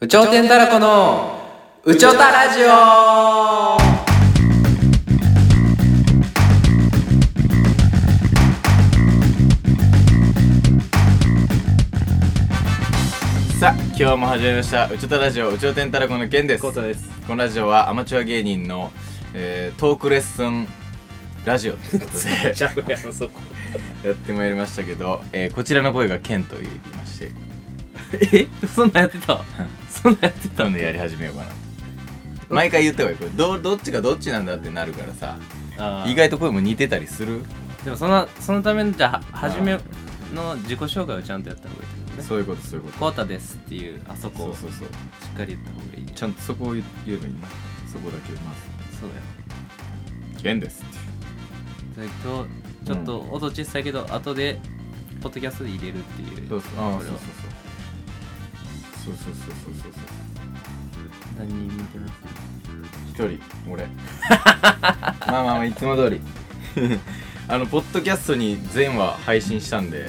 有頂天たらこの有頂たラジオさあ今日も始めました「うちょたラジオうちょてんたらこのけん」ですコータですこのラジオはアマチュア芸人の、えートークレッスンラジオということで ゃうやんそこやってまいりましたけど、えーこちらの声がケンと言いましてえそんなんやってたそんなんやってたなんでやり始めようかな毎回言った方がいいこれどどっちがどっちなんだってなるからさあー意外と声も似てたりするでもそのそのためのじゃあは初めの自己紹介をちゃんとやった方がいいってことねそういうことそういうことコータですっていうあそこそをうしそうそうっかり言った方がいいちゃんとそこを言言えばいいなそこだけまそうだよず「ケンです」ってそれとちょっと音小さいけど、後でポッドキャストで入れるっていうそうそうあーこれはそうそうそうそうそうそうそうそう何人見てます一人俺まあまあまあいつも 通りあのポッドキャストに全話配信したんで、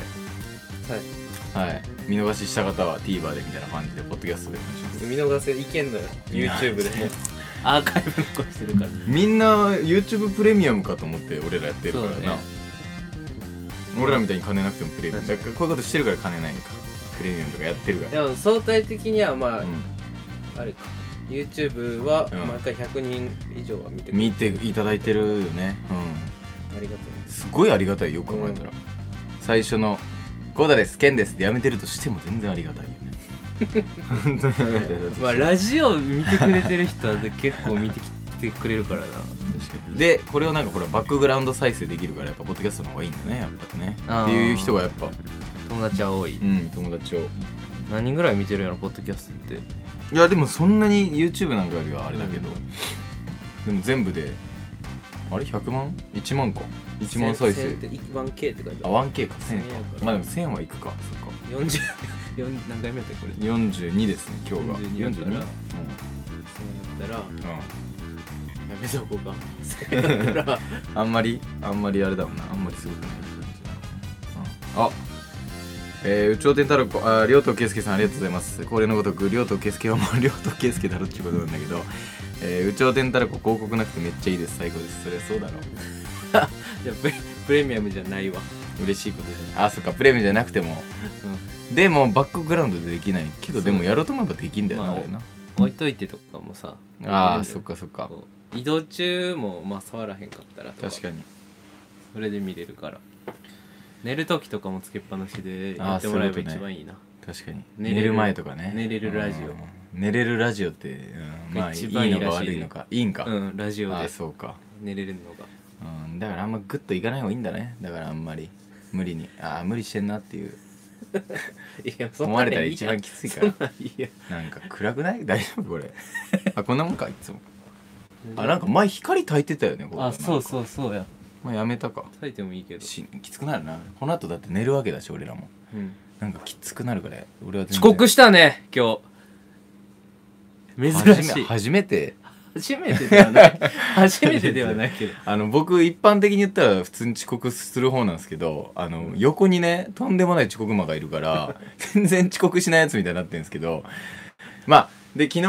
はいはい、見逃しした方は TVer でみたいな感じでポッドキャストでお願いします見逃せいけんのよ YouTube でアーカイブ残してるからみんな YouTube プレミアムかと思って俺らやってるからそな、うだね俺らみたいに金なくてもプレミアムだ確からこういうことしてるから金ないのかプレミアムとかやってるかでも相対的にはまあ、ら、うんあれか YouTube はうん毎回100人以上は見てくれ見ていただいてるよねうんありがたいすごいありがたいよく考えたら、最初の「ゴーダですケンです」ってやめてるとしても全然ありが たいよね本当にありがたいだとまあラジオ見てくれてる人は結構見てきてくれるからなでこれをなんかほらバックグラウンド再生できるからやっぱポッドキャストの方がいいんだねやっぱねあーっていう人がやっぱ友達は多いうん友達を何人ぐらい見てるやろポッドキャストっていやでもそんなに YouTube なんかよりはあれだけど、でも全部であれ100万 ?1 万か1万再生1000って1万 K って書いてあある 1K か1000か1000まあでも1000はいくかそっか40 40何回目やったっけこれそ42ですね今日が42だからうなったらやうんうんめとこうかそう なったらあんまりあんまりあれだもんなあんまりすごくないうんあえー、宇宙天太郎こあ亮と圭介さんありがとうございます恒例のごとく亮と圭介はもう 亮と圭介だろっていうことなんだけど、えー、宇宙天太郎広告なくてめっちゃいいです最高ですそれそうだろじゃあプレプレミアムじゃないわ嬉しいことじゃないあそっかプレミアムじゃなくても、でもバックグラウンドでできないけどでもやろうと思えばできんだよな、まああれな置いといてとかもさあーそっかそっかこう移動中もまあ触らへんかったらとか確かにそれで見れるから寝る時とかもつけっぱなしであーやってもらえばそういうことね一番いいな確かに寝れ寝るる前とかね寝れるラジオうん寝れるラジオって、うんまあい一い番いいのからしい悪いのかいいんか、うんラジオあでそうか、寝れるのがうん、だからあんまグッといかない方がいいんだねだからあんまり無理にああ無理してんなっていういやそん思なわんれいいたやら一番きついからそんなんいいやなんか暗くない 大丈夫これあこんなもんかいつもあなんか前光焚いてたよねここ あそううそうそうやまあやめたか書いてもいいけど、しきつくなるなこの後だって寝るわけだし俺らもうんなんかきつくなるから俺は遅刻ししたね今日珍しい初めて初めてではない 初めてではないけどあの僕一般的に言ったら普通に遅刻する方なんですけどあの横にねとんでもない遅刻魔がいるから 全然遅刻しないやつみたいになってるんですけどまあで昨日だ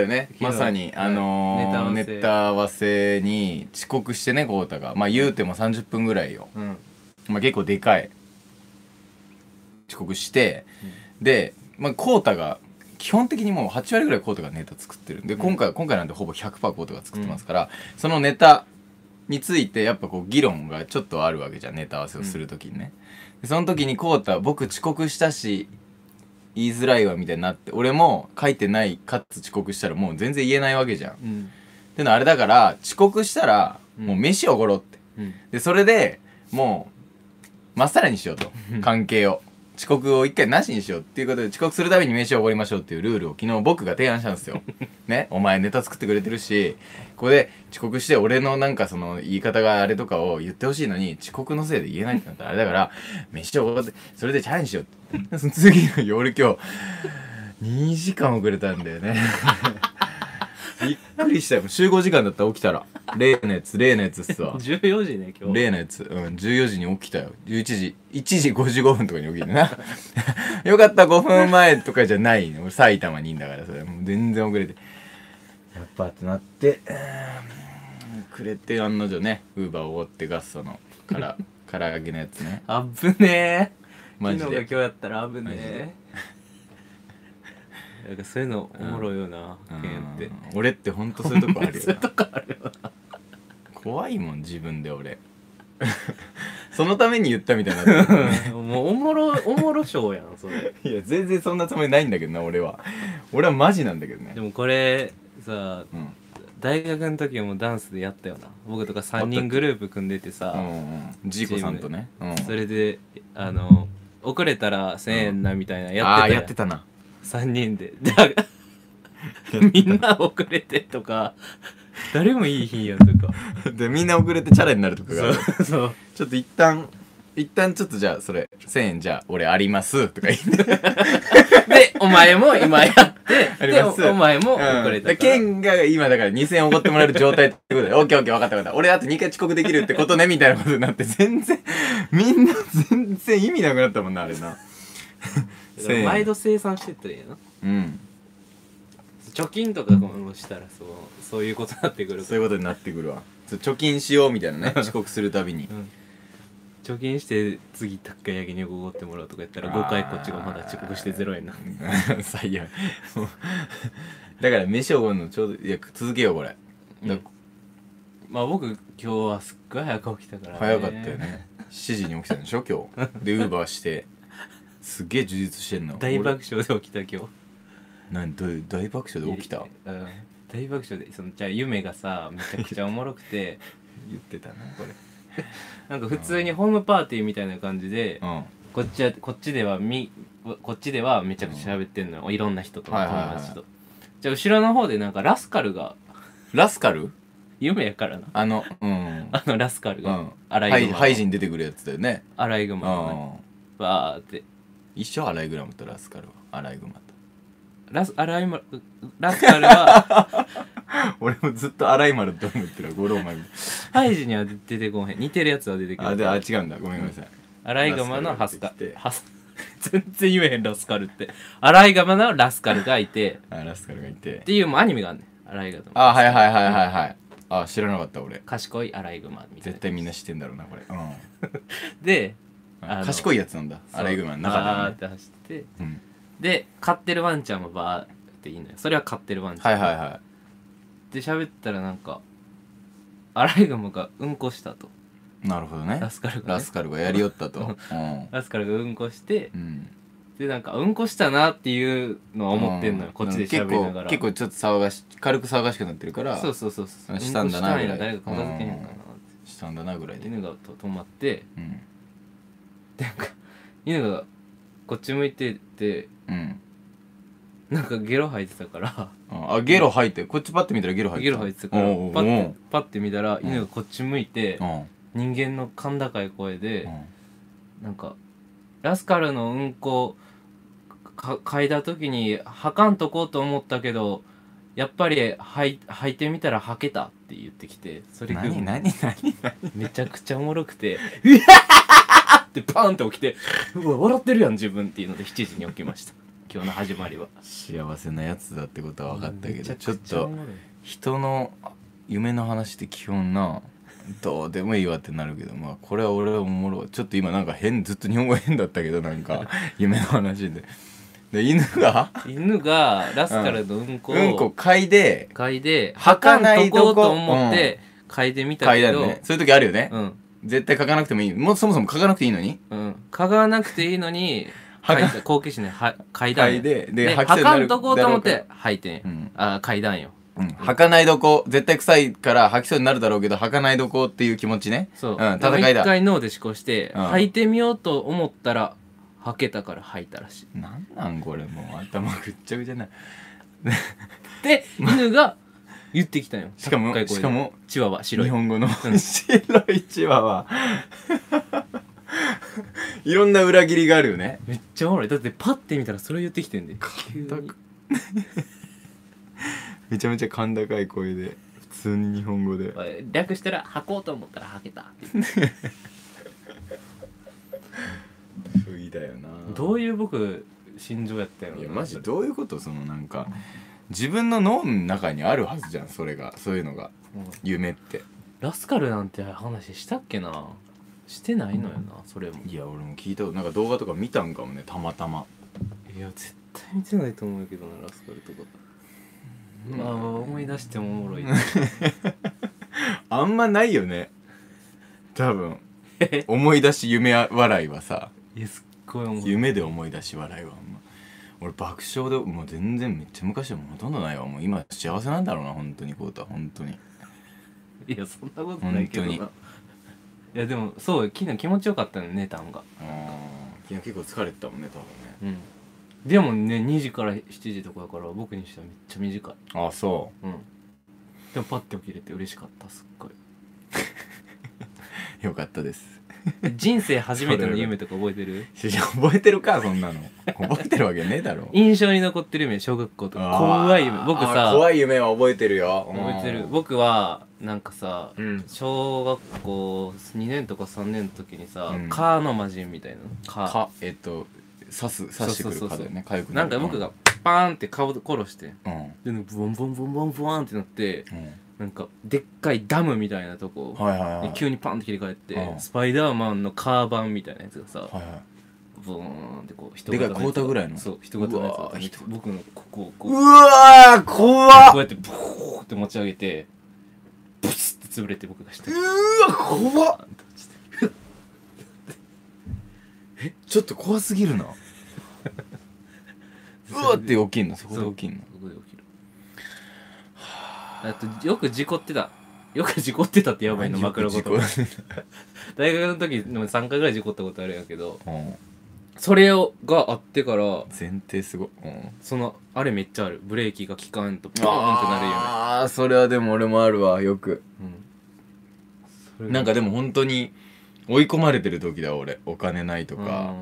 よね昨日まさにあのーはいネネタ合わせタ合わせに遅刻してね豪太がまあ言うても30分ぐらいよ、うんまあ、結構でかい遅刻して、で、まあ、コータが基本的にもう8割ぐらいコータがネタ作ってるんで今回,、今回なんてほぼ100%コータが作ってますから、そのネタについてやっぱこう議論がちょっとあるわけじゃんネタ合わせをする時にね。でその時にコータ僕遅刻したし言いづらいわみたいになって俺も書いてないかつ遅刻したらもう全然言えないわけじゃん。うんってのはあれだから遅刻したらもう飯おごろって。うんでそれでもうまっさらにしようと関係を遅刻を一回なしにしようっていうことで遅刻するたびに飯をおごりましょうっていうルールを昨日僕が提案したんですよねお前ネタ作ってくれてるしここで遅刻して俺のなんかその言い方があれとかを言ってほしいのに遅刻のせいで言えないってなったらあれだから飯をおごってそれでチャレンジしようってその次の夜今日2時間遅れたんだよねびっくりしたよ集合時間だったら起きたら例のやつ例のやつっすわ14時ね、今日。例のやつ、うん、14時に起きたよ11時1時55分とかに起きてな よかった5分前とかじゃないの俺埼玉にいんだからそれもう全然遅れてやっぱってなってうーんくれて案の定ねウーバーを追ってガッソの から唐揚げのやつねあぶねえ。マジ昨日が今で日やったらあぶマジでねえ。なんかそういうのおもろいよな、ケンってうん。俺ってほんとそういうとこあるよ そういうなとこあるよな。怖いもん自分で俺 そのために言ったみたいになってるもうおもろ、おもろ賞やん、それ。いや全然そんなつもりないんだけどな俺は俺はマジなんだけどねでもこれ、さ、うん大学の時はもうダンスでやったよな。僕とか3人グループ組んでてさ、うんうんジーコさんとね、うん、それで、あの、遅れたら1000円なみたいなやってあたあやんやってたな 3人でだからみんな遅れてとか誰もいい日やと かでみんな遅れてチャラになるとかがあるそうそうちょっと一旦一旦ちょっとじゃあそれ1000円じゃあ俺ありますとか言 ってでお前も今やってありでますおお前も遅うれんたでから、ケンが今だから2000円おごってもらえる状態ってことで オッケーオッケー分かった分かった俺あと2回遅刻できるってことねみたいなことになって全然みんな全然意味なくなったもんなあれなだから毎度生産してったらいいなうん貯金とかこのしたらそうそういうことになってくるそういうことになってくるわそう貯金しようみたいなね遅刻するたびに貯金して次高い焼き肉おごってもらうとかやったらあー5回こっちがまだ遅刻して0円な 最悪もうだから飯をごんのちょうどいや続けようこれ、だうんまあ僕今日はすっごい早く起きたから、早かったよね7時に起きたんでしょ今日でウーバーしてすげえ充実してんの大爆笑で起きた今日俺何どういう大爆笑で起きたうん大爆笑でそのじゃあ夢がさめちゃくちゃおもろくて 言ってたなこれなんか普通にホームパーティーみたいな感じで、うんはこっちはこっちではみこっちではめちゃくちゃ喋ってんのよ、いろんな人とはい友はいはい達と、じゃあ後ろの方でなんかラスカルがラスカル夢やからなあのうんあのラスカルうがんアラハイイグマハイジに出てくるやつだよねアライグうマのねんバーって一緒アライグラムとラスカルはアライグマとラスアライマラスカルは俺もずっとアライマルと思ってるわ五郎丸ハイジには出てこんへん似てるやつは出てくあるであ違うんだごめんなさいアライガマのハスカラスカルが出てきてハス全然言えへんラスカルってアライガマのラスカルがいてあラスカルがいてっていうもうアニメがあんねんアライガマあはいはいはいはいはいあ知らなかった俺賢いアライグマみたい絶な対みんな知ってんだろうなこれうんであの賢いやつなんだアライグマの中バーっでねて走ってうんで飼ってるワンちゃんもバーっていいのよそれは飼ってるワンちゃはんいはいはで喋ったらなんかアライグマがうんこしたといなるほどねラスカルが、ラねス、カルがやりよったとうんラスカルがうんこしてうんでなんかうんこしたなっていうのは思ってんのよ、うこっちで喋りながら結構結構ちょっと騒がし軽く騒がしくなってるからそうそうそうそうあしたんだなうこしぐらいたんや誰か片付けへんかなってしたんだなぐらいで犬がと止まってうん犬がこっち向いてってうんなんかゲロ吐いてたからあゲロ吐いてこっちパッて見たらゲロ吐いてゲロ吐いてたからおうおうおうパッてパッて見たらうん犬がこっち向いてうん人間の甲高い声うでんなんかラスカルのうんこか嗅いだ時に吐かんとこうと思ったけどやっぱり吐い吐いてみたら吐けたって言ってきてそれが何何何めちゃくちゃおもろくて「うわっ!」ってパンって起きて「うわ笑ってるやん自分」っていうので7時に起きました今日の始まりは幸せなやつだってことは分かったけめどゃちょっくゃおともろい人の夢の話って基本などうでもいいわってなるけどまあこれは俺はおもろいちょっと今なんか変ずっと日本語変だったけどなん か夢の話でで犬が犬がラスカルのうんこうんこを嗅いで嗅いで吐吐かかなんいととここうと思って嗅いでみた嗅いけだよどねそういう時あるよね、うん絶対書かなくてもいいもうそもそも書かなくていいのにうん嗅がなくていいのに吐か嗅いだ好奇心では嗅いだん嗅やいででで吐きそうに吐なかるんとこうと思っだろて吐いてうんんあ嗅いだんようからうん吐かないどこ絶対臭いから吐きそうになるだろうけど吐かないどこっていう気持ちねそう、ん、戦い一だ回脳で思考して、うん吐いてみようと思ったら吐けたから吐いたらしいなんなんこれもう頭ぐっちゃぐちゃになで犬が言ってきたんよしかも高い声でしかもチワワ白日い本語のう ん白いチワワ いろんな裏切りがあるよねめっちゃおもろいだってパッて見たらそれ言ってきてんで急にめちゃめちゃ甲高い声で普通に日本語で俺略したら履こうと思ったら履けたって不意だよなどういう僕心情やったよいやマジどういうことそのなんか自分の脳の中にあるはずじゃんそれがそういうのが夢ってラスカルなんて話したっけなしてないのよなそれもいや俺も聞いたことなんか動画とか見たんかもねたまたまいや絶対見てないと思うけどなラスカルとかまあ思い出してもおもろ いあんまないよね多分思い出し夢笑いはさいやすっごい思い夢で思い出し笑いはあんま俺爆笑でもう全然めっちゃ昔はもうほとんどないわもう今幸せなんだろうな本当にこうとは本当にいやそんなことないけどな本い当にやでもそう昨日気持ちよかったね寝たんがいや結構疲れてたもんね多分ねうんでもね2時から7時とかだから僕にしてはめっちゃ短いああそうんでもパッて起きれて嬉しかったすっごいうよかったです 人生初めての夢とか覚えているや覚えてるかそんなの覚えてるわけねえだろ 印象に残ってる夢小学校とか怖い夢僕あさー怖い夢は覚えてるよ覚えてるうん僕はなんかさうん小学校2年とか3年の時にさうん「蚊、の魔人」みたいな蚊かえっと刺す刺してくるかだよねかゆくななんるか僕がパーンって顔を殺してうんでなんかボンボンボンボンボンってなってうんなんかでっかいダムみたいなとこはいはいはにい急にパンって切り替えて、うんスパイダーマンのカーバンみたいなやつがさ、はいはいボーンってこう人でかい光沢ぐらいのそう人型のやつうわがー人僕のここをこううわーこう怖っやってブーって持ち上げてブスって潰れて僕が下うにわ 怖っバーンって落ちてちょっと怖すぎるな うわって起きんのそこで起きんのそこで起きるあとよく事故ってたよく事故ってたってやばいな枕事故言う葉大学の時でも3回ぐらい事故ったことあるんやけどんそれをがあってから前提すごいうんそのあれめっちゃあるブレーキが効かんとバーンってなるよねああそれはでも俺もあるわよくうんなんかでも本当に追い込まれてる時だ俺お金ないととか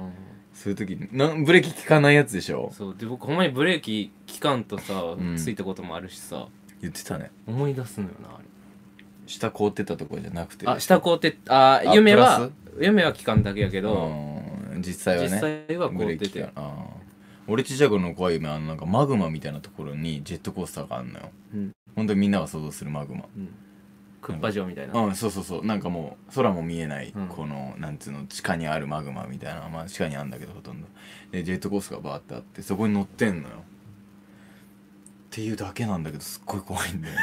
そういう時になんブレーキ効かないやつでしょそうで僕ほんまにブレーキ効かんとさ、んついたこともあるしさ言ってたね思い出すのよなあれ下凍ってたとこじゃなくてあ下凍ってああ夢プラは夢は期間だけやけうど、ん実際はね実際は凍ブレーってキ効てか、あー俺ちっちゃい頃の怖い夢あのなんかマグマみたいなところにジェットコースターがあんのようん本当にみんなが想像するマグマうん、クッパ城みたいな、うんそうそうそうなんかもう空も見えない、うんこのなんつうの地下にあるマグマみたいなまあ地下にあるんだけどほとんどでジェットコースターがバーってあってそこに乗ってんのよっていうだけなんだけどすっごい怖いんだ よね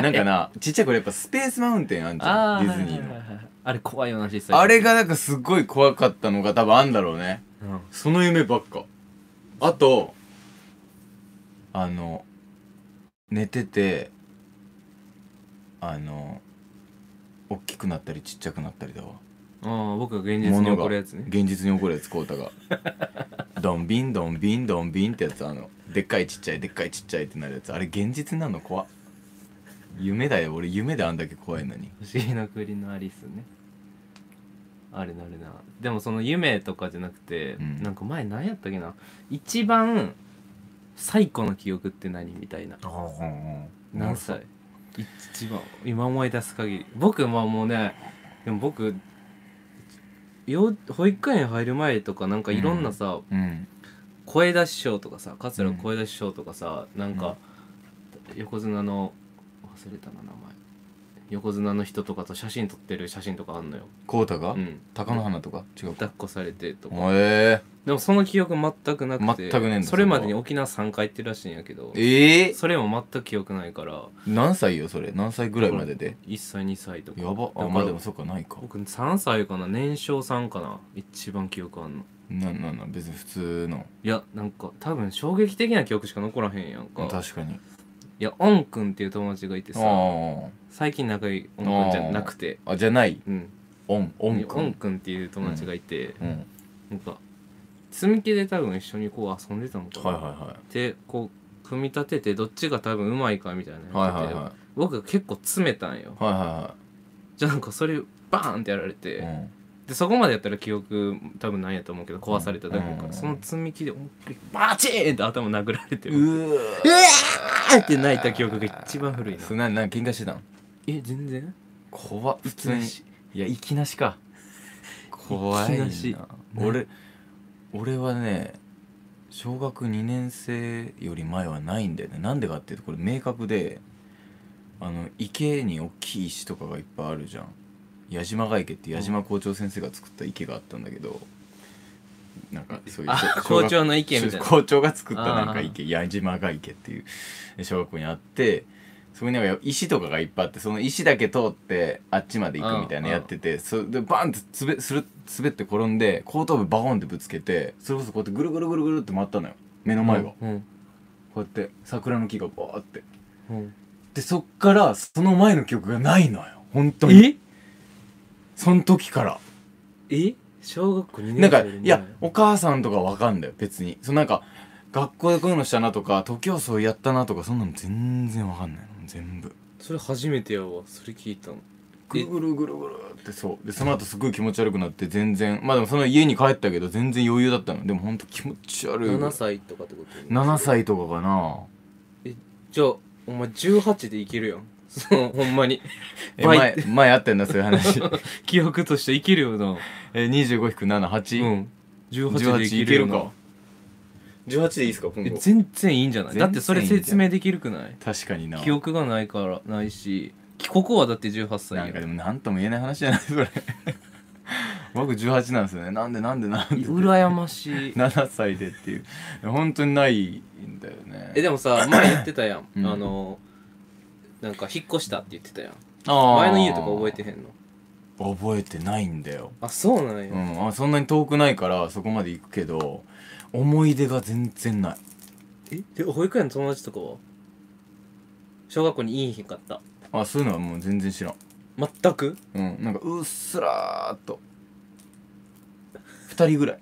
なんかなちっちゃい頃やっぱスペースマウンテンあんじゃあんディズニーの、はいはいはいはいあれ怖いよな実際あれ、がなんかすっごい怖かったのが多分あんだろうねうん、その夢ばっかあとあの寝ててあの大きくなったりちっちゃくなったりだわああ僕が現実に起こるやつね現実に起こるやつこうた がドンビンドンビンドンビンってやつあのでっかいちっちゃいでっかいちっちゃいってなるやつあれ現実なの怖っ夢だよ俺夢であんだけ怖いのに不思議の国のアリスねあれなるなでもその夢とかじゃなくて、うんなんか前何やったっけな一番最古の記憶って何みたいな何歳一番今思い出す限り僕まあもうねでも僕よ保育園入る前とかなんかいろんなさ、うん声出しショーとかさ桂声出しショーとかさ、なんか横綱の忘れたな名前横綱の人とかと写真撮ってる写真とかあんのよ、こうたが、うん、鷹の花とか違う抱かっこされてとかえでもその記憶全くなくて全くねえんだそれまでに沖縄3回行ってるらしいんやけどー、えー、それも全く記憶ないから何歳よそれ何歳ぐらいまでで1歳2歳とかやばだあかまあらでもそっかないか僕3歳かな年少さんかな一番記憶あんのななな別に普通のいやなんか多分衝撃的な記憶しか残らへんやんか確かにいやオンくんっていう友達がいてあさー最近仲いいオンくんじゃなくてあーあじゃないうんオンオオンンくくんんっていう友達がいて、うんなんか積み木で多分一緒にこう遊んでたのかなはいはでこう組み立ててどっちが多分うまいかみたいなやっていはいはいはいはいはい僕が結構詰めたんよはじゃあなんかそれバーンってやられいて、はいうんでそこまでやったら記憶多分ないやと思うけど壊されただけだから、うんその積み木で思いっきりバチーンって頭殴られてるうわーって泣いた記憶が一番古いなそ。れなな喧嘩してたのえ、全然怖っ普いき通なにし。いや、いきなしか。怖いいきななし俺俺はね小学2年生より前はないんだよねなんでかっていうとこれ明確であの池に大きい石とかがいっぱいあるじゃん矢島が池って矢島校長先生が作った池があったんだけど、なんかそういうあ小校小学長の意見みたいな。校長が作ったなんかあー池矢島が池っていう小学校にあってそこになんか石とかがいっぱいあってその石だけ通ってあっちまで行くみたいなうんやっててそれでバンってつべする滑って転んで後頭部バコンってぶつけてそれこそこうやってぐるぐるぐるぐるって回ったのよ目の前が、こうん。うやって桜の木がバーってうんでそっからその前の記憶がないのよ本当にえその時からえ小学校2なん年生か、よりい前や、お母さんとかわかんだよ、別に。そのなんか、学校でこういうのしたなとか、徒競走やったなとか、そんなの全然わかんないの、全部。それ初めてやわ。それ聞いたの。ぐるぐるぐるぐるってそう。で、その後すごい気持ち悪くなって、全然、まあでもその家に帰ったけど、全然余裕だったの。でもほんと気持ち悪い。 7。歳とかってこと7。歳とかかな。じゃあ、お前18でいけるやん。 そう、ほんま に。え、前、倍前あったよな、そういう 話。 記憶としていけるよな。え、25-7、8。うん。18 18ででいいけけるるよなか。18でいいっすか、今え全然いいんじゃな全い然だってそれ説明できるくない確かにな。記憶がないからないし帰国はだって18歳なんやかでんも何とも言えない話じゃないそ れ僕18なんですよねなんでなんでなんで羨ましい7歳でっていう本当にないんだよねえでも さ前言ってたやん、うんあのなんか引っ越したって言ってたやんあー前の家とか覚えてへんの覚えてないんだよ、あそうなんや、うん、あそんなに遠くないからそこまで行くけど思い出が全然ないえで保育園の友達とかは小学校にいいひんかったあそういうのはもう全然知らん、全くうん、なんかうっすらーっと2人ぐらい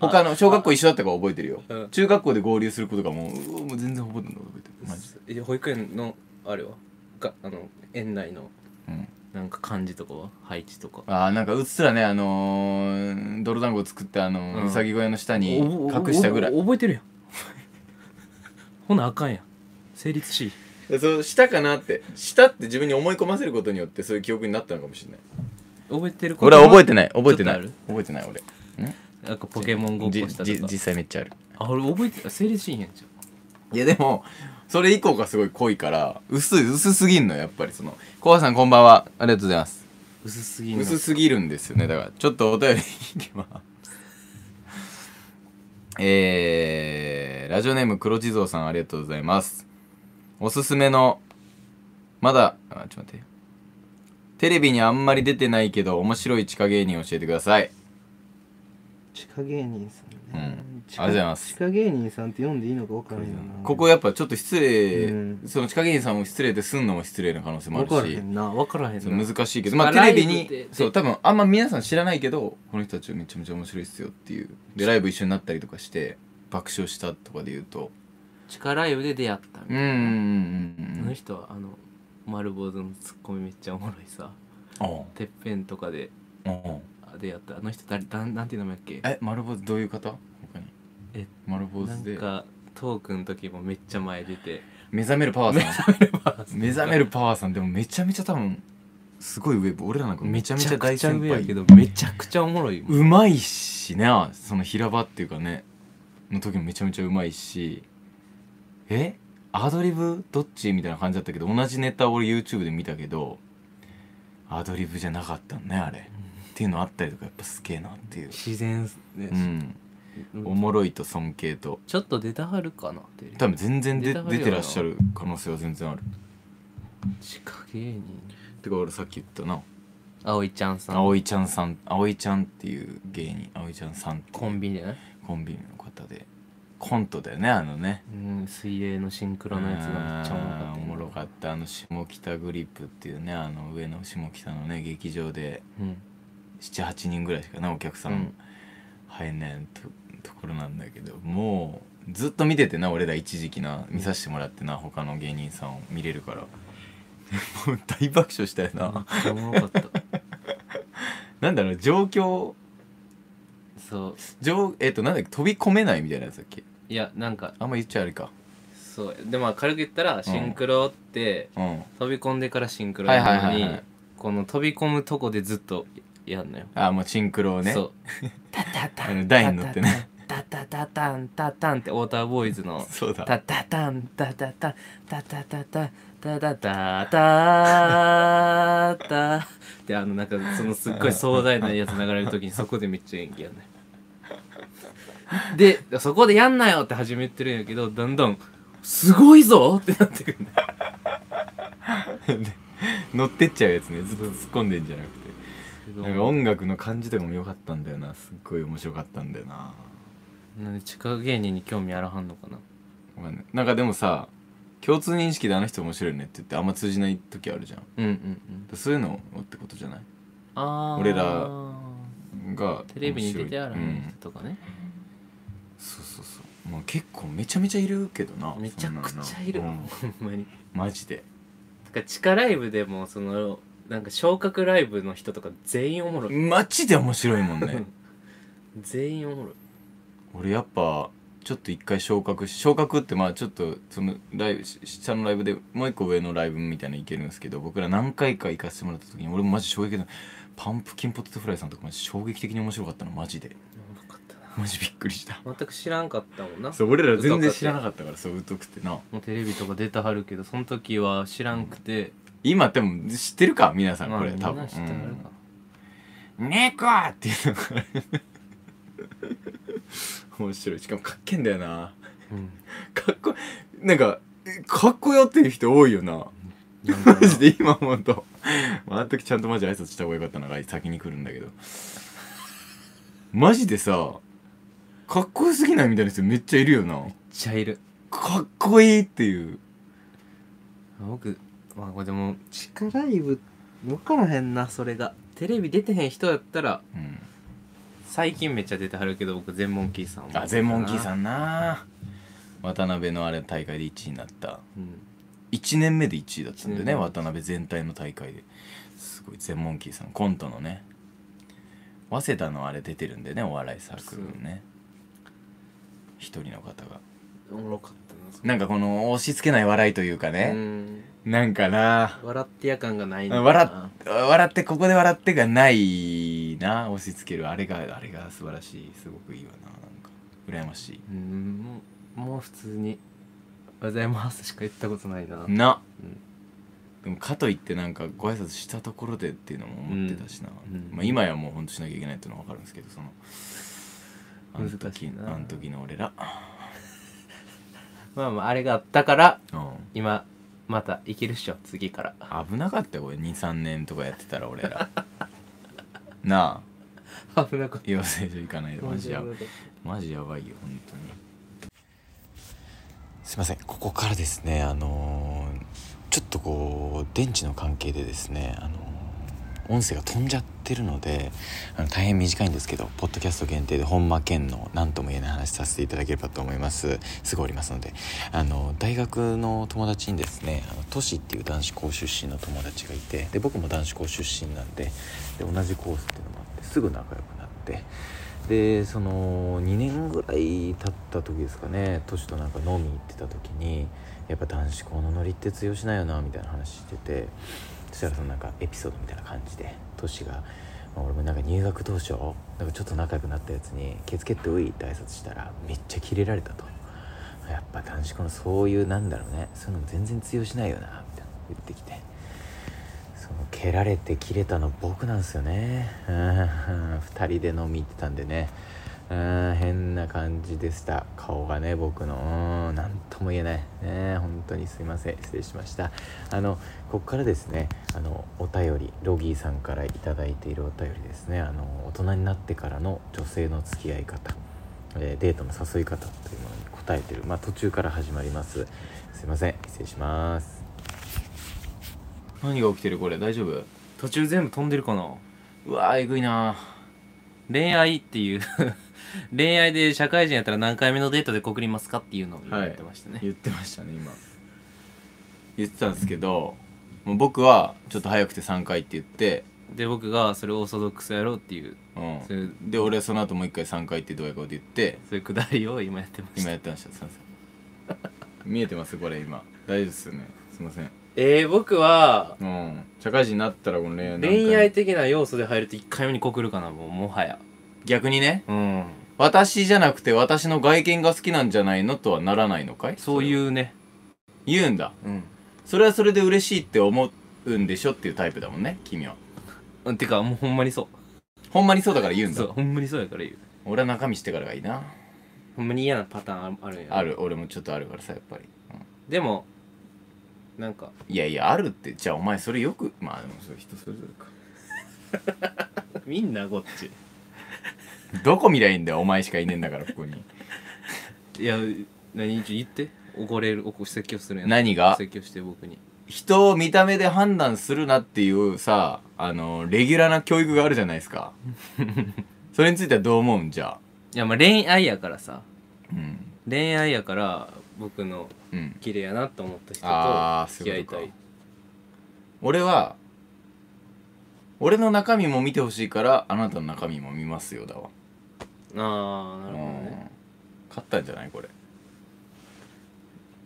他の小学校一緒だったから覚えてるようん中学校で合流することがもううわもう全然覚えてない覚えてるマジで、え保育園のあれはがあの園内のうんなんか漢字とかは配置とかあーなんかうっすらねあのー、泥団子作ってあのーうんうさぎ小屋の下におぼ隠したぐらいおぼ覚えてるやん ほなあかんやん成立しそうしたかなってしたって自分に思い込ませることによってそういう記憶になったのかもしれない覚えてる俺は覚えてない覚えてないちょっと覚えてない俺えなんかポケモンごっこじしたじとか実際めっちゃあるあ俺覚えて成立しへんやんじいやでもそれ以降がすごい濃いから薄い薄すぎんのよやっぱりそのコアさんこんばんはありがとうございます薄すぎんな薄すぎるんですよねだからちょっとお便りいきます えー、ラジオネーム黒地蔵さんありがとうございますおすすめのまだあちょっと待ってテレビにあんまり出てないけど面白い地下芸人教えてください地下芸人さんね、うん地下ありがとうございます地下芸人さんって読んでいいのか分からんよなここやっぱちょっと失礼、うんその地下芸人さんも失礼ですんのも失礼な可能性も分かあらるへしんな分からへそんうな難しいけどまあ地テ下レライブビってにでそう多分あんま皆さん知らないけどこの人たちめちゃめちゃ面白いっすよっていうでライブ一緒になったりとかして爆笑したとかで言うと地下ライブで出会ったうんみうんうんたいなあうのん人はあの丸坊主のツッコミめっちゃおもろいさあてっぺんとかであああ出会ったあの人誰なんなんていう名前やっけあえ丸坊主どういう方他にえ丸坊な主んでかトークの時もめっちゃ前出て目覚めるパワーさん目覚めるパワーさんでもめちゃめちゃ多分すごい上俺らなんかめちゃめちゃ大先めちゃくちゃ上や輩けどめちゃくちゃおもろいもんうまいしねその平場っていうかねの時もめちゃめちゃうまいしえアドリブどっちみたいな感じだったけど同じネタを俺 YouTube で見たけどアドリブじゃなかったんねあれっていうのあったりとかやっぱすげえなっていう自然ねうんうんおもろいと尊敬とちょっと出たはるかなって多分全然でネタがある出よなてらっしゃる可能性は全然ある地下芸人てか俺さっき言ったな葵ちゃんさん葵ちゃんさん葵ちゃんっていう芸人葵ちゃんさんっていうコンビニでねコンビニの方でコントだよねあのねうん水泳のシンクロのやつがめっちゃおもろかったあーおもろかったあの下北グリップっていうねあの上の下北のね劇場でうん78人ぐらいしかねお客さうんん入んないとところなんだけどもうずっと見ててな俺ら一時期な見させてもらってな他の芸人さんを見れるから もう大爆笑したよな、めっちゃおもろかったなんだろう状況そう状えっ、となんだっけ飛び込めないみたいなやつだっけいやなんかあんま言っちゃあれかそうでまあ軽く言ったらシンクロって、うん飛び込んでからシンクロなのに、はいはいはいはいこの飛び込むとこでずっとやんのよ、あもうシンクロをねそうあの台に乗ってねタタタタンタタンってウォーターボーイズのそうだタタタンタタタンタタタタンタタタタタってあのなんかそのすっごい壮大なやつ流れるときにそこでめっちゃ演技やんねでそこでやんなよって始めてるんやけどだんだんすごいぞってなってくるね乗ってっちゃうやつねずっと突っ込んでんじゃなくてなんか音楽の感じとかも良かったんだよなすっごい面白かったんだよななんで地下芸人に興味あらはんのかなわかんないなんかでもさ共通認識であの人面白いねって言ってあんま通じない時あるじゃんうんうんうんそういうのってことじゃないあー俺らがテレビに出てある面白いうん人とかね、そうそうそうもう結構めちゃめちゃいるけどなめちゃくちゃいる、そんなのなほんまにうんマジでなんか地下ライブでもそのなんか昇格ライブの人とか全員おもろいマジで面白いもんね全員おもろい俺やっぱちょっと一回昇格し昇格ってまあちょっとそのライブし下のライブでもう一個上のライブみたいなの行けるんですけど僕ら何回か行かせてもらった時に俺もマジ衝撃だパンプキンポテトフライさんとかマジ衝撃的に面白かったのマジでおもろかったなマジびっくりした全く知らんかったもんなそう俺ら全然知らなかったからそう疎くてなもうテレビとか出てはるけどその時は知らんくて、今でも知ってるか皆さんまあこれみん多分な知ってはるか、うん猫っていうのが 面白いしかもかっけえんだよなうんかっこなんかえかっこよっていう人多いよななんかマなジで今思うとまああの時ちゃんとマジ挨拶した方がよかったのが先に来るんだけどマジでさかっこよすぎないみたいな人めっちゃいるよなめっちゃいるかっこいいっていう僕まあこれでも地下ライブ分からへんなそれがテレビ出てへん人だったらうん最近めっちゃ出てはるけど僕全モンキーさんあ全問キーさん、んな渡辺のあれ大会で1位になったうん、 1年目で1位だったんだよね1年目渡辺全体の大会ですごい全モンキーさんコントのね早稲田のあれ出てるんでねお笑いサークルのね一人の方がおもろかったなそれなんかこの押し付けない笑いというかうね、んなんかな笑ってや感がないのかな笑っ笑ってここで笑ってがないな押し付けるあれがあれが素晴らしいすごくいいわななんか羨ましいうんもうもう普通に「おはようございます」しか言ったことないなな、うんでもかといってなんかご挨拶したところでっていうのも思ってたしな、うんまあ、今やもうほんとしなきゃいけないっていうのは分かるんですけどそのあの時難しいなあの時の俺ら、まあまああれがあったからうん今またいけるっしょ次から危なかったよ23年とかやってたら俺 らなあ危なかっ養成所行かないでマジや面白い マジやばいよ本当にすいませんここからですねあのーちょっとこう電池の関係でですねあのー音声が飛んじゃってるのであの大変短いんですけどポッドキャスト限定で本間県の何とも言えない話させていただければと思いますすぐおりますのであの大学の友達にですねあのトシっていう男子校出身の友達がいてで僕も男子校出身なんでで同じコースっていうのもあってすぐ仲良くなってでその2年ぐらい経った時ですかね年となんか飲み行ってた時にやっぱ男子校のノリって通用しないよなみたいな話しててそしたらそのなんかエピソードみたいな感じで年が、まあ俺もなんか入学当初なんかちょっと仲良くなったやつに「ケツ蹴っておい」って挨拶したらめっちゃキレられたとやっぱ男子校のそういうなんだろうねそういうのも全然通用しないよなみたいな言ってきてその蹴られて切れたの僕なんですよねうん2人で飲み行ってたんでねうん変な感じでした顔がね僕のうん何とも言えないね本当にすいません失礼しましたあのここからですねあのお便りロギーさんから頂いいているお便りですねあの大人になってからの女性の付き合い方えーデートの誘い方というものに答えてるまあ途中から始まりますすいません失礼します何が起きてるこれ大丈夫た途中全部飛んでるかなうわーえぐいな恋愛っていう 恋愛で社会人やったら何回目のデートで告りますかっていうのを言ってましたね、言ってましたね今言ってたんですけどもう僕はちょっと早くて3回って言って、で僕がそれオーソドックスやろうっていううんそういうで俺はその後もう1回3回ってどうやこうって言ってそういうくだりを今やってまし今たやってましたすいません見えてますこれ今大丈夫ですよねすいませんえー、僕はうん社会人になったらこの恋愛恋愛的な要素で入ると1回目に告るかなもうもはや逆にねうん私じゃなくて私の外見が好きなんじゃないのとはならないのかいそういうね言うんだうんそれはそれで嬉しいって思うんでしょっていうタイプだもんね君はうんてかもうほんまにそほんまにそうだから言ううんそだうほんまにそうやから言う俺は中身してからがいいなほんまに嫌なパターンあるあるんやなある俺もちょっとあるからさやっぱり、うでもなんかんいやいやあるってじゃあお前それよくまあでもそれ人 それぞれかみんなこっちどこ見りゃいいんだよお前しかいねえんだからこ こにいや何一応言って怒れるお説教するやん何が説教して僕に人を見た目で判断するなっていうさあのレギュラーな教育があるじゃないです かそれについてはどう思うんじゃあいやまあ恋愛やからさうん恋愛やから僕のうん綺麗やなと思ったあー人と付き合いたそういいう俺は俺の中身も見てほしいからあなたの中身も見ますよだわああなるほうどねん勝ったんじゃないこれ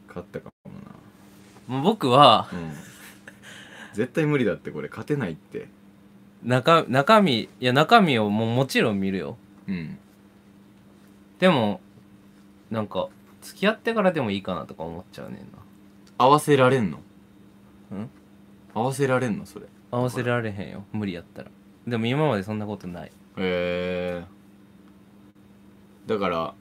勝ったかももう僕はなうん絶対無理だってこれ勝てないって中中身いや中身をもうもちろん見るようんでもなんか付き合ってからでもいいかなとか思っちゃうねんな合わせられんのん合わせられんのそれへ合わせられへんよ無理やったらでも今までそんなことないえだから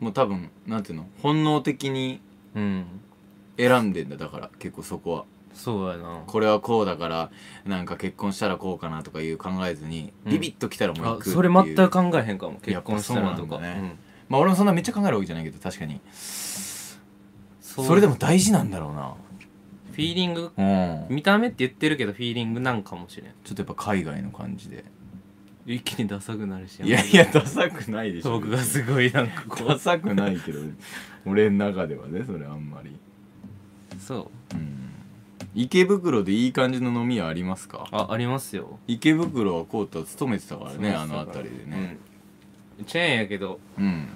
もう多分なんていうの本能的にうん選んでんだだから結構そこはそうやなこれはこうだからなんか結婚したらこうかなとかいう考えずに、うんビビッときたらもう行あくっていうそれ全く考えへんかもや結っぱ婚しそうたならんだとかねうんまあ俺もそんなめっちゃ考えるわけじゃないけど確かにそそうれでも大事なんだろうなフィーリングうん見た目って言ってるけどフィーリングなんかもしれんちょっとやっぱ海外の感じで一気にダサくなるしいやいやダサくないでしょ僕がすごいなんかこダうサくないけど俺の中ではねそれあんまりそううん池袋でいい感じの飲み屋ありますかあありますよ池袋はこうた勤めてたからねあそうのだから辺りでねうんチェーンやけどうん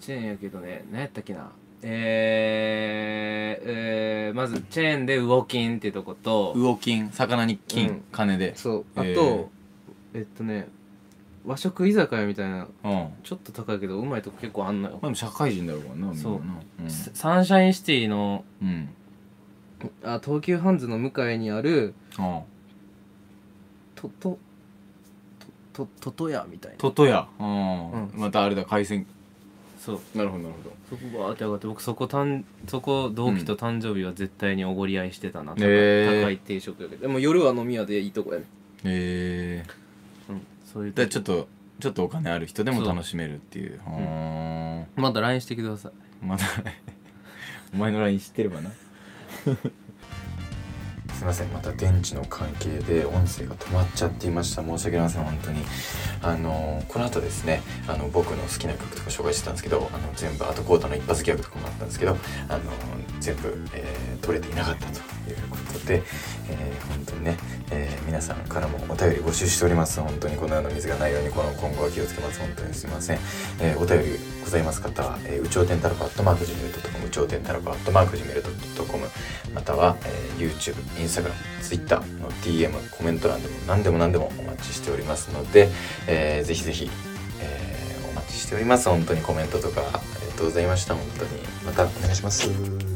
チェーンやけどね何やったっけなえー、えー、まずチェーンで魚金ってとこと魚金魚に金、うん金でそうあと、ええーっとね和食居酒屋みたいなうんまちょっと高いけどうまいとこ結構あんのよあ、でも社会人だろうからなそうみんななササンシャインシティのうん、うんあ東急ハンズの向かいにあるあととととととやみたいなトトヤうん、またあれだ海鮮そうなるほどなるほどそこバーって上がって僕そこたんそこ同期と誕生日は絶対におごり合いしてたな、ん高いへー高い定食やけど、でも夜は飲み屋でいいとこやねへえうん、そういうだからとちょっとちょっとお金ある人でも楽しめるっていううーんまた LINE してきてくださいまだお前の LINE 知ってればな すいませんまた電池の関係で音声が止まっちゃっていました申し訳ありません本当にあのこの後ですねあの僕の好きな曲とか紹介してたんですけどあの全部あとコータの一発ギャグとかもあったんですけどあの全部、えー取れていなかったということで、えー本当にね、えー皆さんからもお便り募集しております本当にこのような水がないようにこの今後は気をつけます本当にすいませんえーお便りございます方は、えー、うちょうてんたらこ atmarkgmail.com うちょうてんたらこ atmarkgmail.com または、えー YouTube、Instagram、Twitter の DM、コメント欄でも何でも何でもお待ちしておりますので、えーぜひぜひ、えーお待ちしております本当にコメントとかありがとうございました本当にまたお願いします